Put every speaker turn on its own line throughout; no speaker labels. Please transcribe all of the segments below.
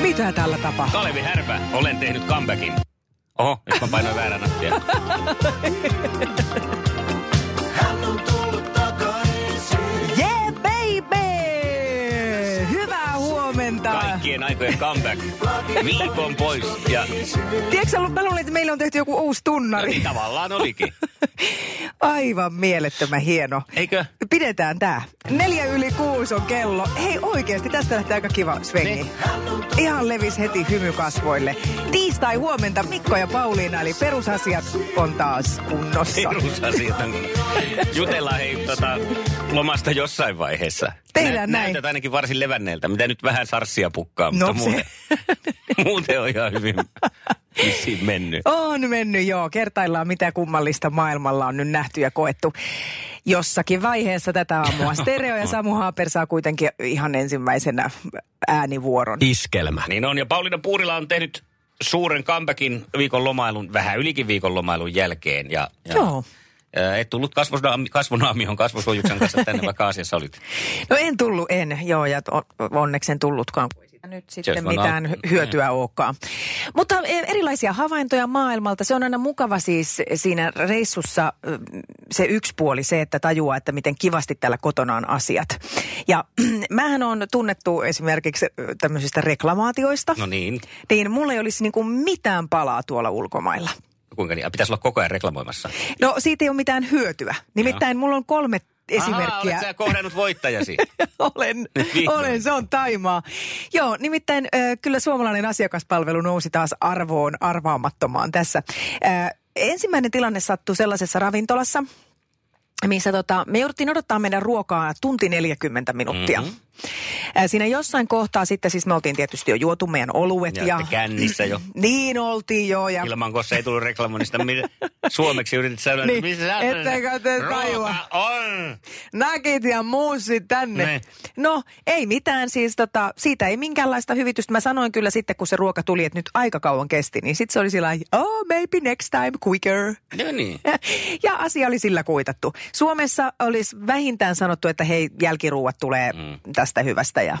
Mitä tällä tapahtuu?
Kalevi Härpä, olen tehnyt comebackin. Oho, nyt mä painoin väärän nappia.
Yeah, baby! Hyvää huomenta.
Kaikkien aikojen comeback. Viikon pois ja
Tiedätkö, sä, mä luulin, että meillä on tehty joku uusi tunnari.
niin tavallaan olikin.
Aivan mielettömän hieno.
Eikö?
Pidetään tää. Neljä yli kuusi on kello. Hei oikeesti, tästä lähtee aika kiva svengi.
Niin.
Ihan levis heti hymy kasvoille. Tiistai huomenta Mikko ja Pauliina, eli perusasiat on taas kunnossa.
Perusasiat on. Jutellaan hei tota, lomasta jossain vaiheessa.
Tehdään näin.
Näytät ainakin varsin levänneeltä, mitä nyt vähän sarssia pukkaa, mutta
No se-
muuten, muuten on ihan hyvin vissiin mennyt.
On mennyt joo. Kertaillaan mitä kummallista maailmalla on nyt nähty ja koettu. Jossakin vaiheessa tätä aamua Stereo ja Samu Haaper saa kuitenkin ihan ensimmäisenä äänivuoron.
Iskelmä.
Niin on, ja Pauliina Puurila on tehnyt suuren comebackin viikon lomailun, vähän ylikin viikon lomailun jälkeen. Ja, ja
Joo.
Ää, Et tullut kasvosnaami- kasvonaamion kasvosuojuksen kanssa tänne, vaikka asiassa olit.
No en tullut, en. Joo, ja on- onneksi en tullutkaan. kun ei siitä Nyt sitten
vaan
mitään
al-
hyötyä olekaan. Mutta eh, erilaisia havaintoja maailmalta. Se on aina mukava siis siinä reissussa mm, se yksi puoli, se, että tajuaa, että miten kivasti täällä kotona on asiat. Ja mähän on tunnettu esimerkiksi eh, tämmöisistä reklamaatioista.
No niin,
Niin mulla ei olisi niinku mitään palaa tuolla ulkomailla.
kuinka niin? Pitäisi olla koko ajan reklamoimassa.
No siitä ei ole mitään hyötyä. Nimittäin mulla on kolme
Ahaa,
esimerkkiä.
olet sä kohdannut voittajasi.
olen,
Niin, Vihdoin.
olen, se on taimaa. Joo, nimittäin äh, kyllä suomalainen asiakaspalvelu nousi taas arvoon arvaamattomaan tässä. Äh, ensimmäinen tilanne sattui sellaisessa ravintolassa, missä tota, me jouduttiin odottaa meidän ruokaa tunti 40 minuuttia.
Mhm.
Mm-hmm. Siinä jossain kohtaa sitten, siis me oltiin tietysti jo juotu meidän oluet
Ja,
ja...
ja. kännissä jo.
Niin oltiin joo ja
Ilman, kun se ei tullut reklamoinnista. mi- Suomeksi yritit sanoa,
Niin,
että missä sä-
etteikö te tajua?
Ruoka on.
nakit ja muussit tänne.
Ne.
Ne. No ei mitään, siis tota, siitä ei minkäänlaista hyvitystä. Mä sanoin kyllä sitten, kun se ruoka tuli, että nyt aika kauan kesti, niin sitten se oli sillä lailla, oh maybe next time quicker.
No niin.
Ja asia oli sillä kuitattu. Suomessa olisi vähintään sanottu, että hei, jälkiruuat tulee
Mm.
mm. tästä hyvästä ja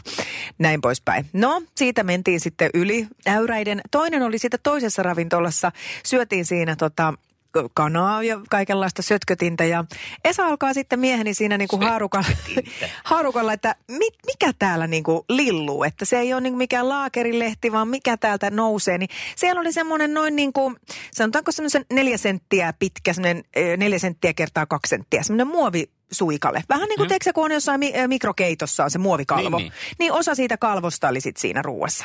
näin poispäin. No, siitä mentiin sitten yli äyräiden. Toinen oli sitten toisessa ravintolassa. Syötiin siinä tota, kanaa ja kaikenlaista sötkötintä. Ja Esa alkaa sitten mieheni siinä niinku haarukalla, haarukalla, että mit, mikä täällä niinku lilluu. Että se ei ole niinku mikään laakerilehti, vaan mikä täältä nousee. Niin siellä oli semmoinen noin niinku, sanotaanko semmoisen neljä senttiä pitkä, semmoinen eh, neljä senttiä kertaa kaksi senttiä, semmoinen muovi suikale. Vähän niin kuin, mm. kun on jossain mi- eh, mikrokeitossa on se muovikalvo.
Mm-hmm. Niin,
Niin, niin. niin osa siitä kalvosta oli sitten siinä ruuassa.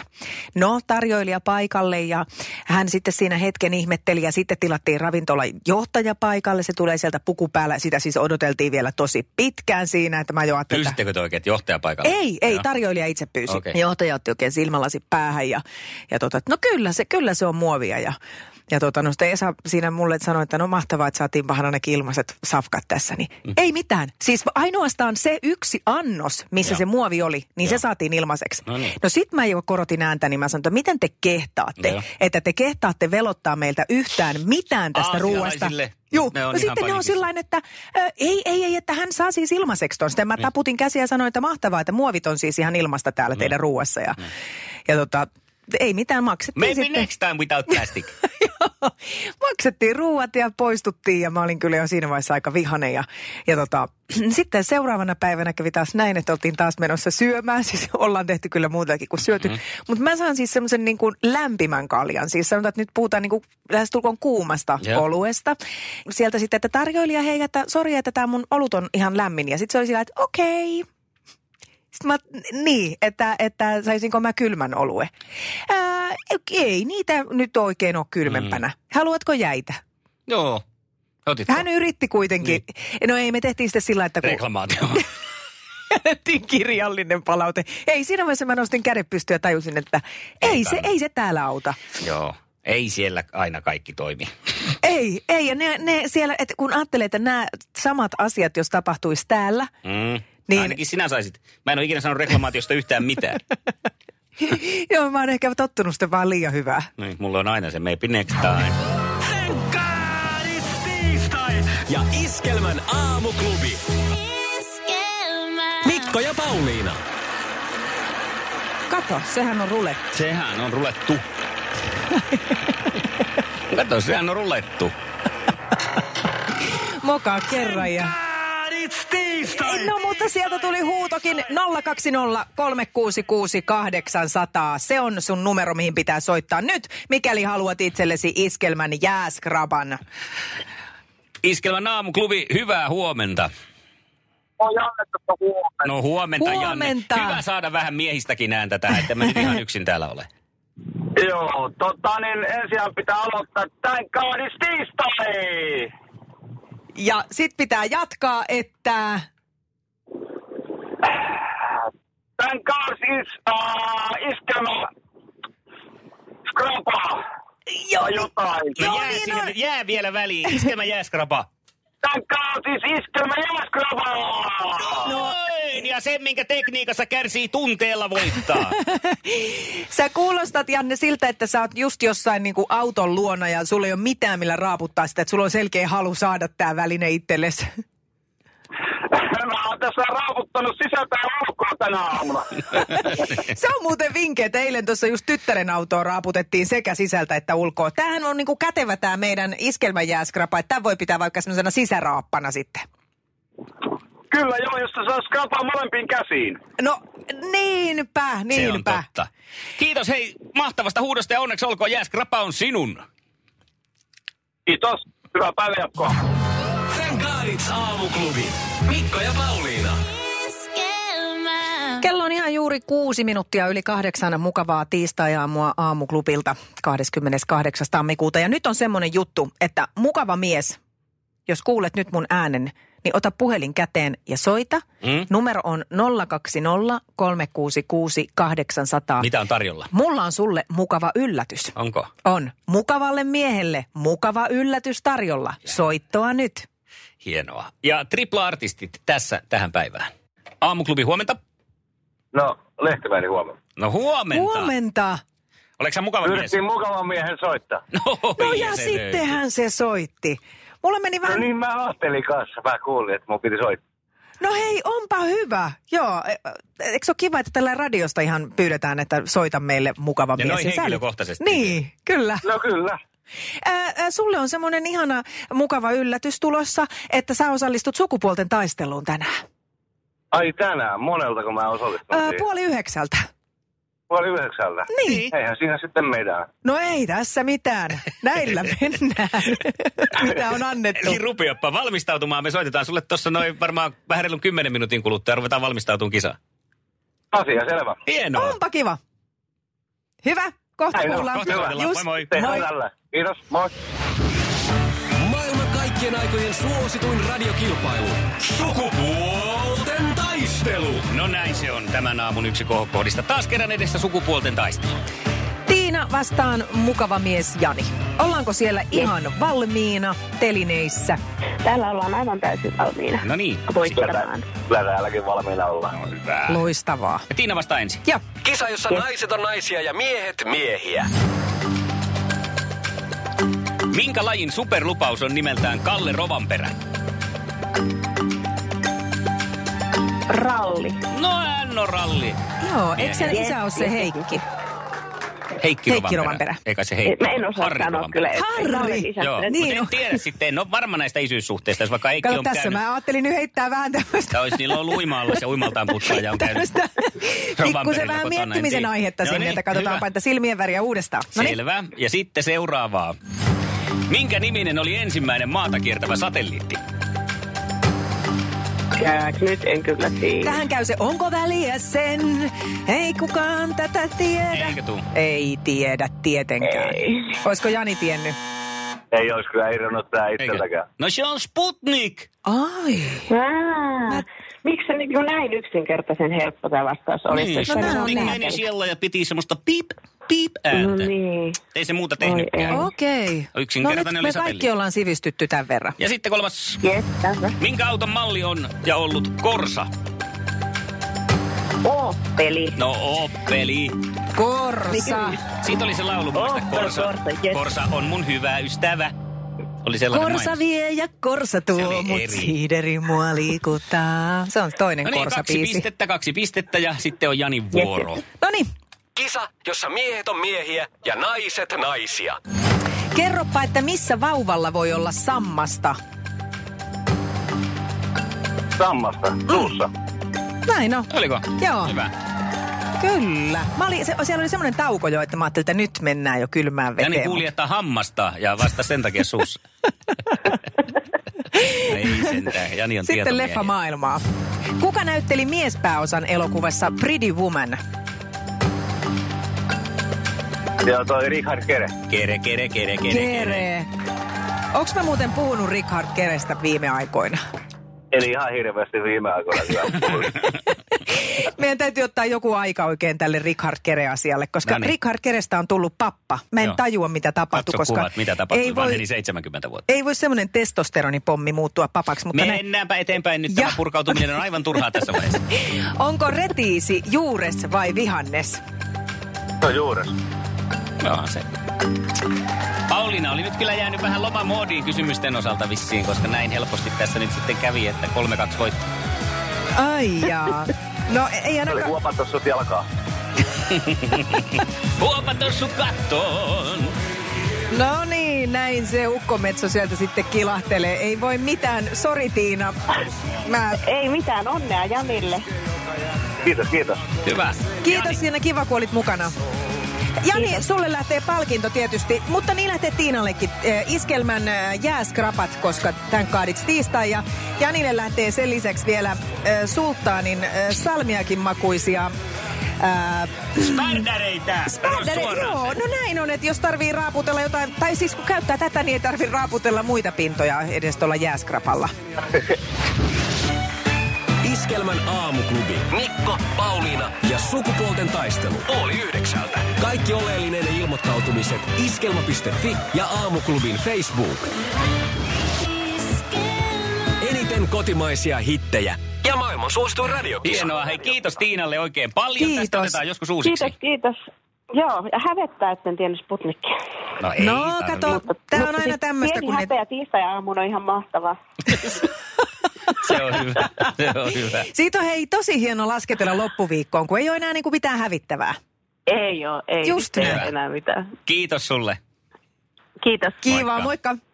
No, tarjoilija paikalle ja hän sitten siinä hetken ihmetteli ja sitten tilattiin ravintola johtaja paikalle. Se tulee sieltä puku päällä. Sitä siis odoteltiin vielä tosi pitkään siinä, että mä jo ajattelin, että...
Pyysittekö te oikein, että johtajapaikalla?
Ei, ei,
Joo.
tarjoilija itse pyysi.
Okei.
Okay. Johtaja otti oikein silmälasi päähän ja, ja tota, että no kyllä se, kyllä se on muovia ja ja tota, no sitten Esa siinä mulle sanoi, että no mahtavaa, että saatiin vähän ainakin ilmaiset safkat tässä, niin mm. ei mitään. Siis ainoastaan se yksi annos, missä
Joo.
Joo. se muovi oli, niin Joo. se saatiin ilmaiseksi.
No niin.
No sit mä jo korotin ääntä, niin mä sanoin, että miten te kehtaatte,
Joo.
että te kehtaatte velottaa meiltä yhtään mitään tästä ruuasta.
Aasialaisille
Juu,
ne on
no
ihan
sitten ne on
panikissa.
sillä sellainen, että ö, ei, ei, ei, että hän saa siis ilmaiseksi ton. Sitten mä taputin käsiä ja sanoin, että mahtavaa, että muovit on siis ihan ilmasta täällä teidän ruuassa. Ja, ja tota, ei mitään, maksettiin
Maybe
sitten.
next time without plastic.
maksettiin ruuat ja poistuttiin ja mä olin kyllä jo siinä vaiheessa aika vihane. Ja, ja tota, sitten seuraavana päivänä kävi taas näin, että oltiin taas menossa syömään. Siis ollaan tehty kyllä muutakin kuin syöty. Mm-hmm. Mutta mä saan siis semmoisen niin kuin lämpimän kaljan. Siis sanotaan, että nyt puhutaan niin kuin lähestulkoon kuumasta
Joo.
yeah. oluesta. Sieltä sitten, että tarjoilija, hei, että sori, että tämä mun olut on ihan lämmin. Ja sitten se oli sillä, että okei, sitten mä, niin, että, että saisinko mä kylmän olue. Ää, ei niitä nyt oikein ole kylmempänä. Mm. Haluatko jäitä?
Joo. Otitko?
Hän yritti kuitenkin. Niin. No ei, me tehtiin sitä sillä, että kun
Reklamaatio.
annettiin kirjallinen palaute. Ei, siinä vaiheessa mä nostin kädet pystyyn ja tajusin, että ei se,
kannata.
ei se täällä auta.
Joo. Ei siellä aina kaikki toimi.
Ei, ei. Ja ne, ne siellä, et kun ajattelee, että nämä samat asiat, jos tapahtuisi täällä,
Mm.
Niin.
Niin. Ainakin sinä saisit. Mä en ole ikinä sanonut reklamaatiosta yhtään mitään.
joo, mä oon ehkä tottunut sitä vaan liian hyvää.
Niin, mulla on aina se maybe next time.
Senkkaan, it's tiistai! Ja Iskelmän aamuklubi. Mikko ja Pauliina.
Kato, sehän on rule.
Sehän on rulettu. Kato, sehän on rulettu.
Mokaa kerran ja... No mutta sieltä tuli huutokin 020 366 800. Se on sun numero, mihin pitää soittaa nyt, mikäli haluat itsellesi iskelmän jääskraban.
Iskelmän aamuklubi, hyvää huomenta.
Moi Janne, tuossa huomenna.
No huomenta,
Huomenta.
Janne. Hyvä saada vähän miehistäkin ääntä tähän, että mä nyt ihan yksin täällä ole.
Joo, tota niin ensin pitää aloittaa tämän kaadis tiistai.
Ja sit pitää jatkaa, että...
Tämän kaadis uh, iskelmä skrapa
Joo,
tai jotain.
Joo,
jää,
niin
siihen-
on.
jää vielä väliin, iskelmä jääskrapa.
Tämän kaadis iskelmä ja skrapa.
No.
Noin, ja sen, minkä tekniikassa kärsii tunteella voittaa.
Sä kuulostat, Janne, siltä, että sä oot just jossain niin kuin auton luona ja sulla ei ole mitään, millä raaputtaa sitä. Että sulla on selkeä halu saada tämä väline itsellesi.
Mä oon tässä raavuttanut sisältä ja ulkoa tänä aamuna.
Se on muuten vinkki, että eilen tuossa just tyttären autoa raaputettiin sekä sisältä että ulkoa. Tämähän on niin kuin kätevä tämä meidän iskelmäjääskrapa, että tämän voi pitää vaikka semmoisena sisäraappana sitten.
Kyllä joo, jos se saa skrapaa molempiin käsiin.
No niinpä, niinpä.
Se on totta. Kiitos hei mahtavasta huudosta ja onneksi olkoon jääskrapa on sinun.
Kiitos. Hyvää päivänjatkoa.
Senkkaan, it's aamuklubi. Mikko ja Pauliina.
Äh. Kello on ihan juuri kuusi minuuttia yli kahdeksan mukavaa tiistai-aamua aamuklubilta 28. tammikuuta. Ja nyt on semmoinen juttu, että mukava mies, jos kuulet nyt mun äänen, niin ota puhelin käteen ja soita.
Mm?
Numero on 020 366 800.
Mitä on tarjolla?
Mulla on sulle mukava yllätys.
Onko?
On. Mukavalle miehelle mukava yllätys tarjolla. Soittoa nyt.
Hienoa. Ja tripla-artistit tässä tähän päivään. Aamuklubi huomenta.
No, Lehtimäinen huomenna.
No huomenta.
Huomenta.
Oletko sä mukava mies?
Yritin mukavan miehen soittaa.
No,
No
ei
ja
se
sittenhän se soitti. Mulla meni
No
vähän
niin, mä ajattelin kanssa. Mä kuulin, että mun piti soittaa.
No hei, onpa hyvä. Joo, e- e- eikö se ole kiva, että tällä radiosta ihan pyydetään, että soita meille mukava
Ja
mies.
noin
sä-
henkilökohtaisesti.
Niin, kyllä.
No kyllä.
Ää, ää, sulle on semmoinen ihana mukava yllätys tulossa, että sä osallistut sukupuolten taisteluun tänään.
Ai tänään, monelta kun mä osallistun
Ää,
siihen.
puoli yhdeksältä.
Puoli yhdeksältä.
Niin.
Eihän siinä sitten meidän.
No ei tässä mitään. Näillä mennään, mitä on annettu.
Eli rupeappa valmistautumaan. Me soitetaan sulle tuossa noin varmaan vähän reilun 10 minuutin kuluttua ja ruvetaan valmistautumaan kisaan.
Asia selvä.
Hienoa.
Onpa kiva. Hyvä, kohta
Näin on,
kuullaan.
kohta soitellaan.
Just-
Moi moi.
Tehdään
moi.
tällä. Kiitos, moi.
Maailman kaikkien aikojen suosituin radiokilpailu. Sukupuolten taistelu.
No näin se on tämän aamun yksi kohokohdista. Taas kerran edessä sukupuolten taistelu.
Tiina vastaan mukava mies Jani. Ollaanko siellä
Niin.
ihan valmiina telineissä?
Täällä ollaan aivan täysin valmiina.
No niin.
Kyllä,
Voittamaan.
tää- kyllä täälläkin valmiina ollaan.
Hyvä.
Loistavaa.
Ja Tiina vasta ensin.
Ja
Kisa, jossa naiset on naisia ja miehet miehiä.
Minkä lajin superlupaus on nimeltään Kalle Rovanperä?
Ralli.
No hän on ralli.
joo, eikö sen
Miehiä.
isä ole se Heikki?
Heikki,
Heikki
Rovanperä.
Rovanperä.
Eikä se Heikki.
Mä en osaa
Harri
sanoa
Rovanperä.
kyllä. että-
Harri!
että olen isä.
Joo,
Et-
Niin
niin, en
on.
tiedä sitten, en ole varma näistä isyyssuhteista, jos vaikka Heikki
Kato
on
tässä,
käynyt.
mä ajattelin nyt heittää vähän tämmöistä.
Tämä olisi, niillä on ollut uima ja uimaltaan putkalla ja on käynyt.
tämmöistä pikkusen
Rovanperillä
vähän
kotona, en
miettimisen
tiedä.
aihetta
No
sinne,
niin,
että katsotaanpa,
hyvä.
että silmien väriä uudestaan. No niin,
Selvä. Ja sitten seuraavaa. Minkä niminen oli ensimmäinen maata kiertävä satelliitti?
Ää, Nyt en kyllä tiedä.
tähän käy se, onko väliä sen? Ei kukaan tätä tiedä.
Eikö tuu?
Ei tiedä tietenkään.
Ei.
Olisiko Jani tiennyt?
Ei olisi kyllä irronnut tää itseltäkään.
No se on Sputnik.
Ai.
Aa, Miksi se nyt jo näin yksinkertaisen helppo tämä vastaus oli?
Niin,
Se oli
no,
Sputnik
niin.
meni siellä ja piti semmoista piip, piip
No
ääntä.
niin.
Ei se muuta
ei.
tehnytkään.
Okei.
Yksinkertainen
no nyt me
lisäpeli.
kaikki ollaan sivistytty tämän verran.
Ja sitten kolmas.
Jes, tässä.
Minkä auton malli on ja ollut Korsa?
Oppeli.
No Opeli. Niin.
Korsa.
Siitä oli se laulu muista.
Oh,
Korsa,
Korsa, yes.
Korsa on mun hyvä ystävä. Oli sellainen
Korsa
mainos.
vie ja korsa
Se
tuo,
oli
mut
eri.
siideri mua liikuttaa. Se on toinen
No niin, kaksi
korsa-biisi.
pistettä, kaksi pistettä ja sitten on Janin vuoro.
No niin,
Kisa, jossa miehet on miehiä ja naiset naisia.
kerropa, että missä vauvalla voi olla sammasta?
Sammasta.
Mm.
Suussa.
Näin on.
Oliko?
Joo.
Hyvä.
Kyllä. Mä olin, se, siellä oli semmoinen tauko jo, että mä ajattelin, että nyt mennään jo kylmään
Jani
veteen.
kuljettaa niin hammasta ja vasta sen takia suussa. No Ei sentään, Jani on
Sitten
tietomiehiä.
leffa maailmaa. Kuka näytteli miespääosan elokuvassa Pretty Woman?
Ja toi Richard Kere.
Kere, kere, kere, kere, kere.
Kere. Onks mä muuten puhunut Richard Kerestä viime aikoina?
Eli ihan hirveästi viime aikoina kyllä. puhuin.
Meidän täytyy ottaa joku aika oikein tälle Richard Kere-asialle, koska
No niin.
Richard Kerestä on tullut pappa. Mä en
Joo.
tajua, mitä tapahtui,
Katso
koska
kuvat, mitä tapahtui,
ei
ei
voi,
vanheni 70 vuotta.
ei voi semmoinen testosteronipommi muuttua papaksi. Mutta näin,
Mennäänpä eteenpäin nyt. Tämä
Ja.
purkautuminen on aivan turhaa tässä vaiheessa.
onko retiisi juures vai vihannes?
Se on juures.
Onhan se. Pauliina oli nyt kyllä jäänyt vähän lomamoodiin kysymysten osalta vissiin, koska näin helposti tässä nyt sitten kävi, että 3-2 voitti.
Ai jaa. No ei
Se oli
ainakaan...
huopattu sut jalkaa.
Huopata sut kattoon!
No niin, näin se ukkometso sieltä sitten kilahtelee. Ei voi mitään. Sori Tiina. Mä...
Ei mitään, onnea Janille.
Kiitos, kiitos.
Hyvä.
Kiitos siinä, kiva kun olit mukana. Jani, sulle lähtee palkinto tietysti, mutta niin lähtee Tiinallekin eh, iskelmän eh, jääskrapat, koska tämän kaadits tiistai. Ja Janille lähtee sen lisäksi vielä eh, sulttaanin eh, salmiakin makuisia eh,
Spardareita!
Spadere, joo, no näin on, että jos tarvii raaputella jotain, tai siis kun käyttää tätä, niin ei tarvii raaputella muita pintoja edes tuolla jääskrapalla.
Iskelmän aamuklubi. Mikko, Pauliina ja sukupuolten taistelu. Oli yhdeksältä. Kaikki oleellinen ilmoittautumiset iskelma.fi ja aamuklubin Facebook. Eniten kotimaisia hittejä ja maailman suosituin radiokisa.
Hienoa. Hei, kiitos Tiinalle oikein paljon. Tästä
Kiitos.
otetaan joskus uusiksi.
Kiitos, kiitos. Joo, ja hävettää, että en tiennyt Sputnikkia.
No, ei
No,
tarvi.
kato. Tää on
mutta
aina
siis
tämmöistä,
Pieni
kun ne-
häpeä tiistai-aamuna on ihan mahtavaa.
Se on hyvä. Se on hyvä.
Siitä on hei tosi hieno lasketella loppuviikkoon, kun ei ole enää niin kuin mitään hävittävää.
Ei oo, ei.
Just
ei
näin.
enää mitään.
Kiitos sulle.
Kiitos.
Kiivaa,
Moikka.
moikka.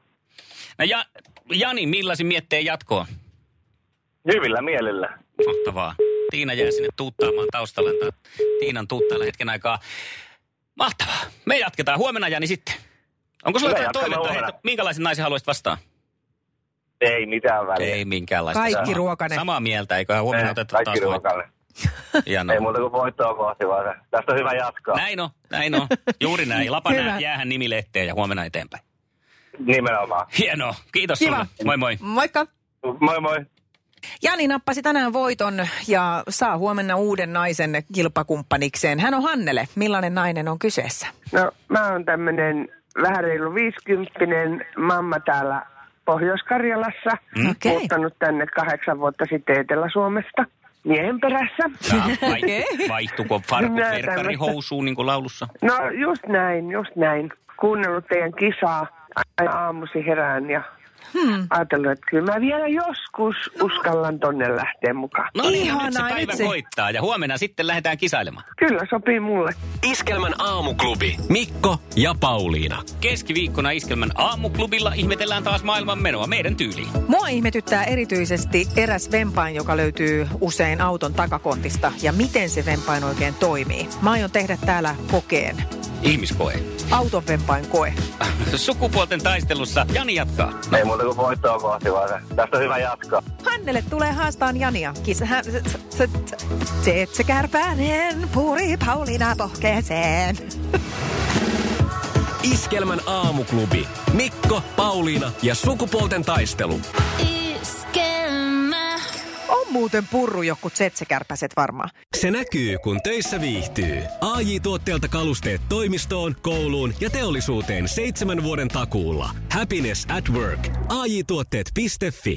No, ja, Jani, millaisin miettii jatkoa?
Hyvillä mielillä.
Mahtavaa. Tiina jää sinne tuuttaamaan taustalle. Tää Tiinan tuuttailla hetken aikaa. Mahtavaa. Me jatketaan huomenna, Jani, sitten. Onko sulla
Me
jotain
jatkamme
toivetta?
huomenna.
Heitä, minkälaisen naisen haluaisit vastaan?
Ei mitään väliä.
Ei minkäänlaista.
Kaikki
Samaa-
ruokainen.
Samaa mieltä, eiköhän huomenna
Eh,
oteta taas
Kaikki
voitto.
ruokalle.
Hienoa.
Ei muuta kuin voittoa kohti vaan. se- Tästä on hyvä jatkaa.
Näin on, näin on. Juuri näin. Lapa
Hyvä.
nää, jäähän nimi lehteen ja huomenna eteenpäin.
Nimenomaan.
Hienoa. Kiitos
Kiva.
sulle. Moi moi.
Moikka.
Moi moi.
Jani nappasi tänään voiton ja saa huomenna uuden naisen kilpakumppanikseen. Hän on Hannele. Millainen nainen on kyseessä?
No mä oon tämmönen vähän reilu viisikymppinen mamma täällä Pohjois-Karjalassa.
Mm. Okei.
Muuttanut tänne kahdeksan vuotta sitten Etelä-Suomesta miehen perässä.
Jaa, vai- Vaihtuko farkut
Näin
verkkari
tämmöistä.
housuun niin kuin laulussa?
No just näin, just näin. Kuunnellut teidän kisaa aina aamusi herään ja hmm. ajatellut, että kyllä mä vielä joskus uskallan tonne lähteä mukaan.
No niin, no nyt se
Ihanaa,
päivä
nyt se-
koittaa ja huomenna sitten lähdetään kisailemaan.
Kyllä sopii mulle.
Iskelmän aamuklubi. Mikko ja Pauliina.
Keskiviikkona Iskelmän aamuklubilla ihmetellään taas maailman menoa meidän tyyliin.
Mua ihmetyttää erityisesti eräs vempain, joka löytyy usein auton takakontista ja miten se vempain oikein toimii. Mä aion tehdä täällä kokeen.
Ihmiskoe.
Auton vempain koe.
Sukupuolten taistelussa Jani jatkaa.
Ei muuta kuin voittoa kohti vaan. se- Tästä on hyvä jatkaa.
Hannelle tulee haastaan Jania. Kisa, hän, se, se, se, se, se kärpänen, puuri Pauliina pohkeeseen.
Iskelmän aamuklubi. Mikko, Pauliina ja sukupuolten taistelu.
Iskelmä.
On muuten purru joku tsetsekärpäset varmaan.
Se näkyy, kun töissä viihtyy. ai tuotteelta kalusteet toimistoon, kouluun ja teollisuuteen seitsemän vuoden takuulla. Happiness at work. AJ-tuotteet.fi.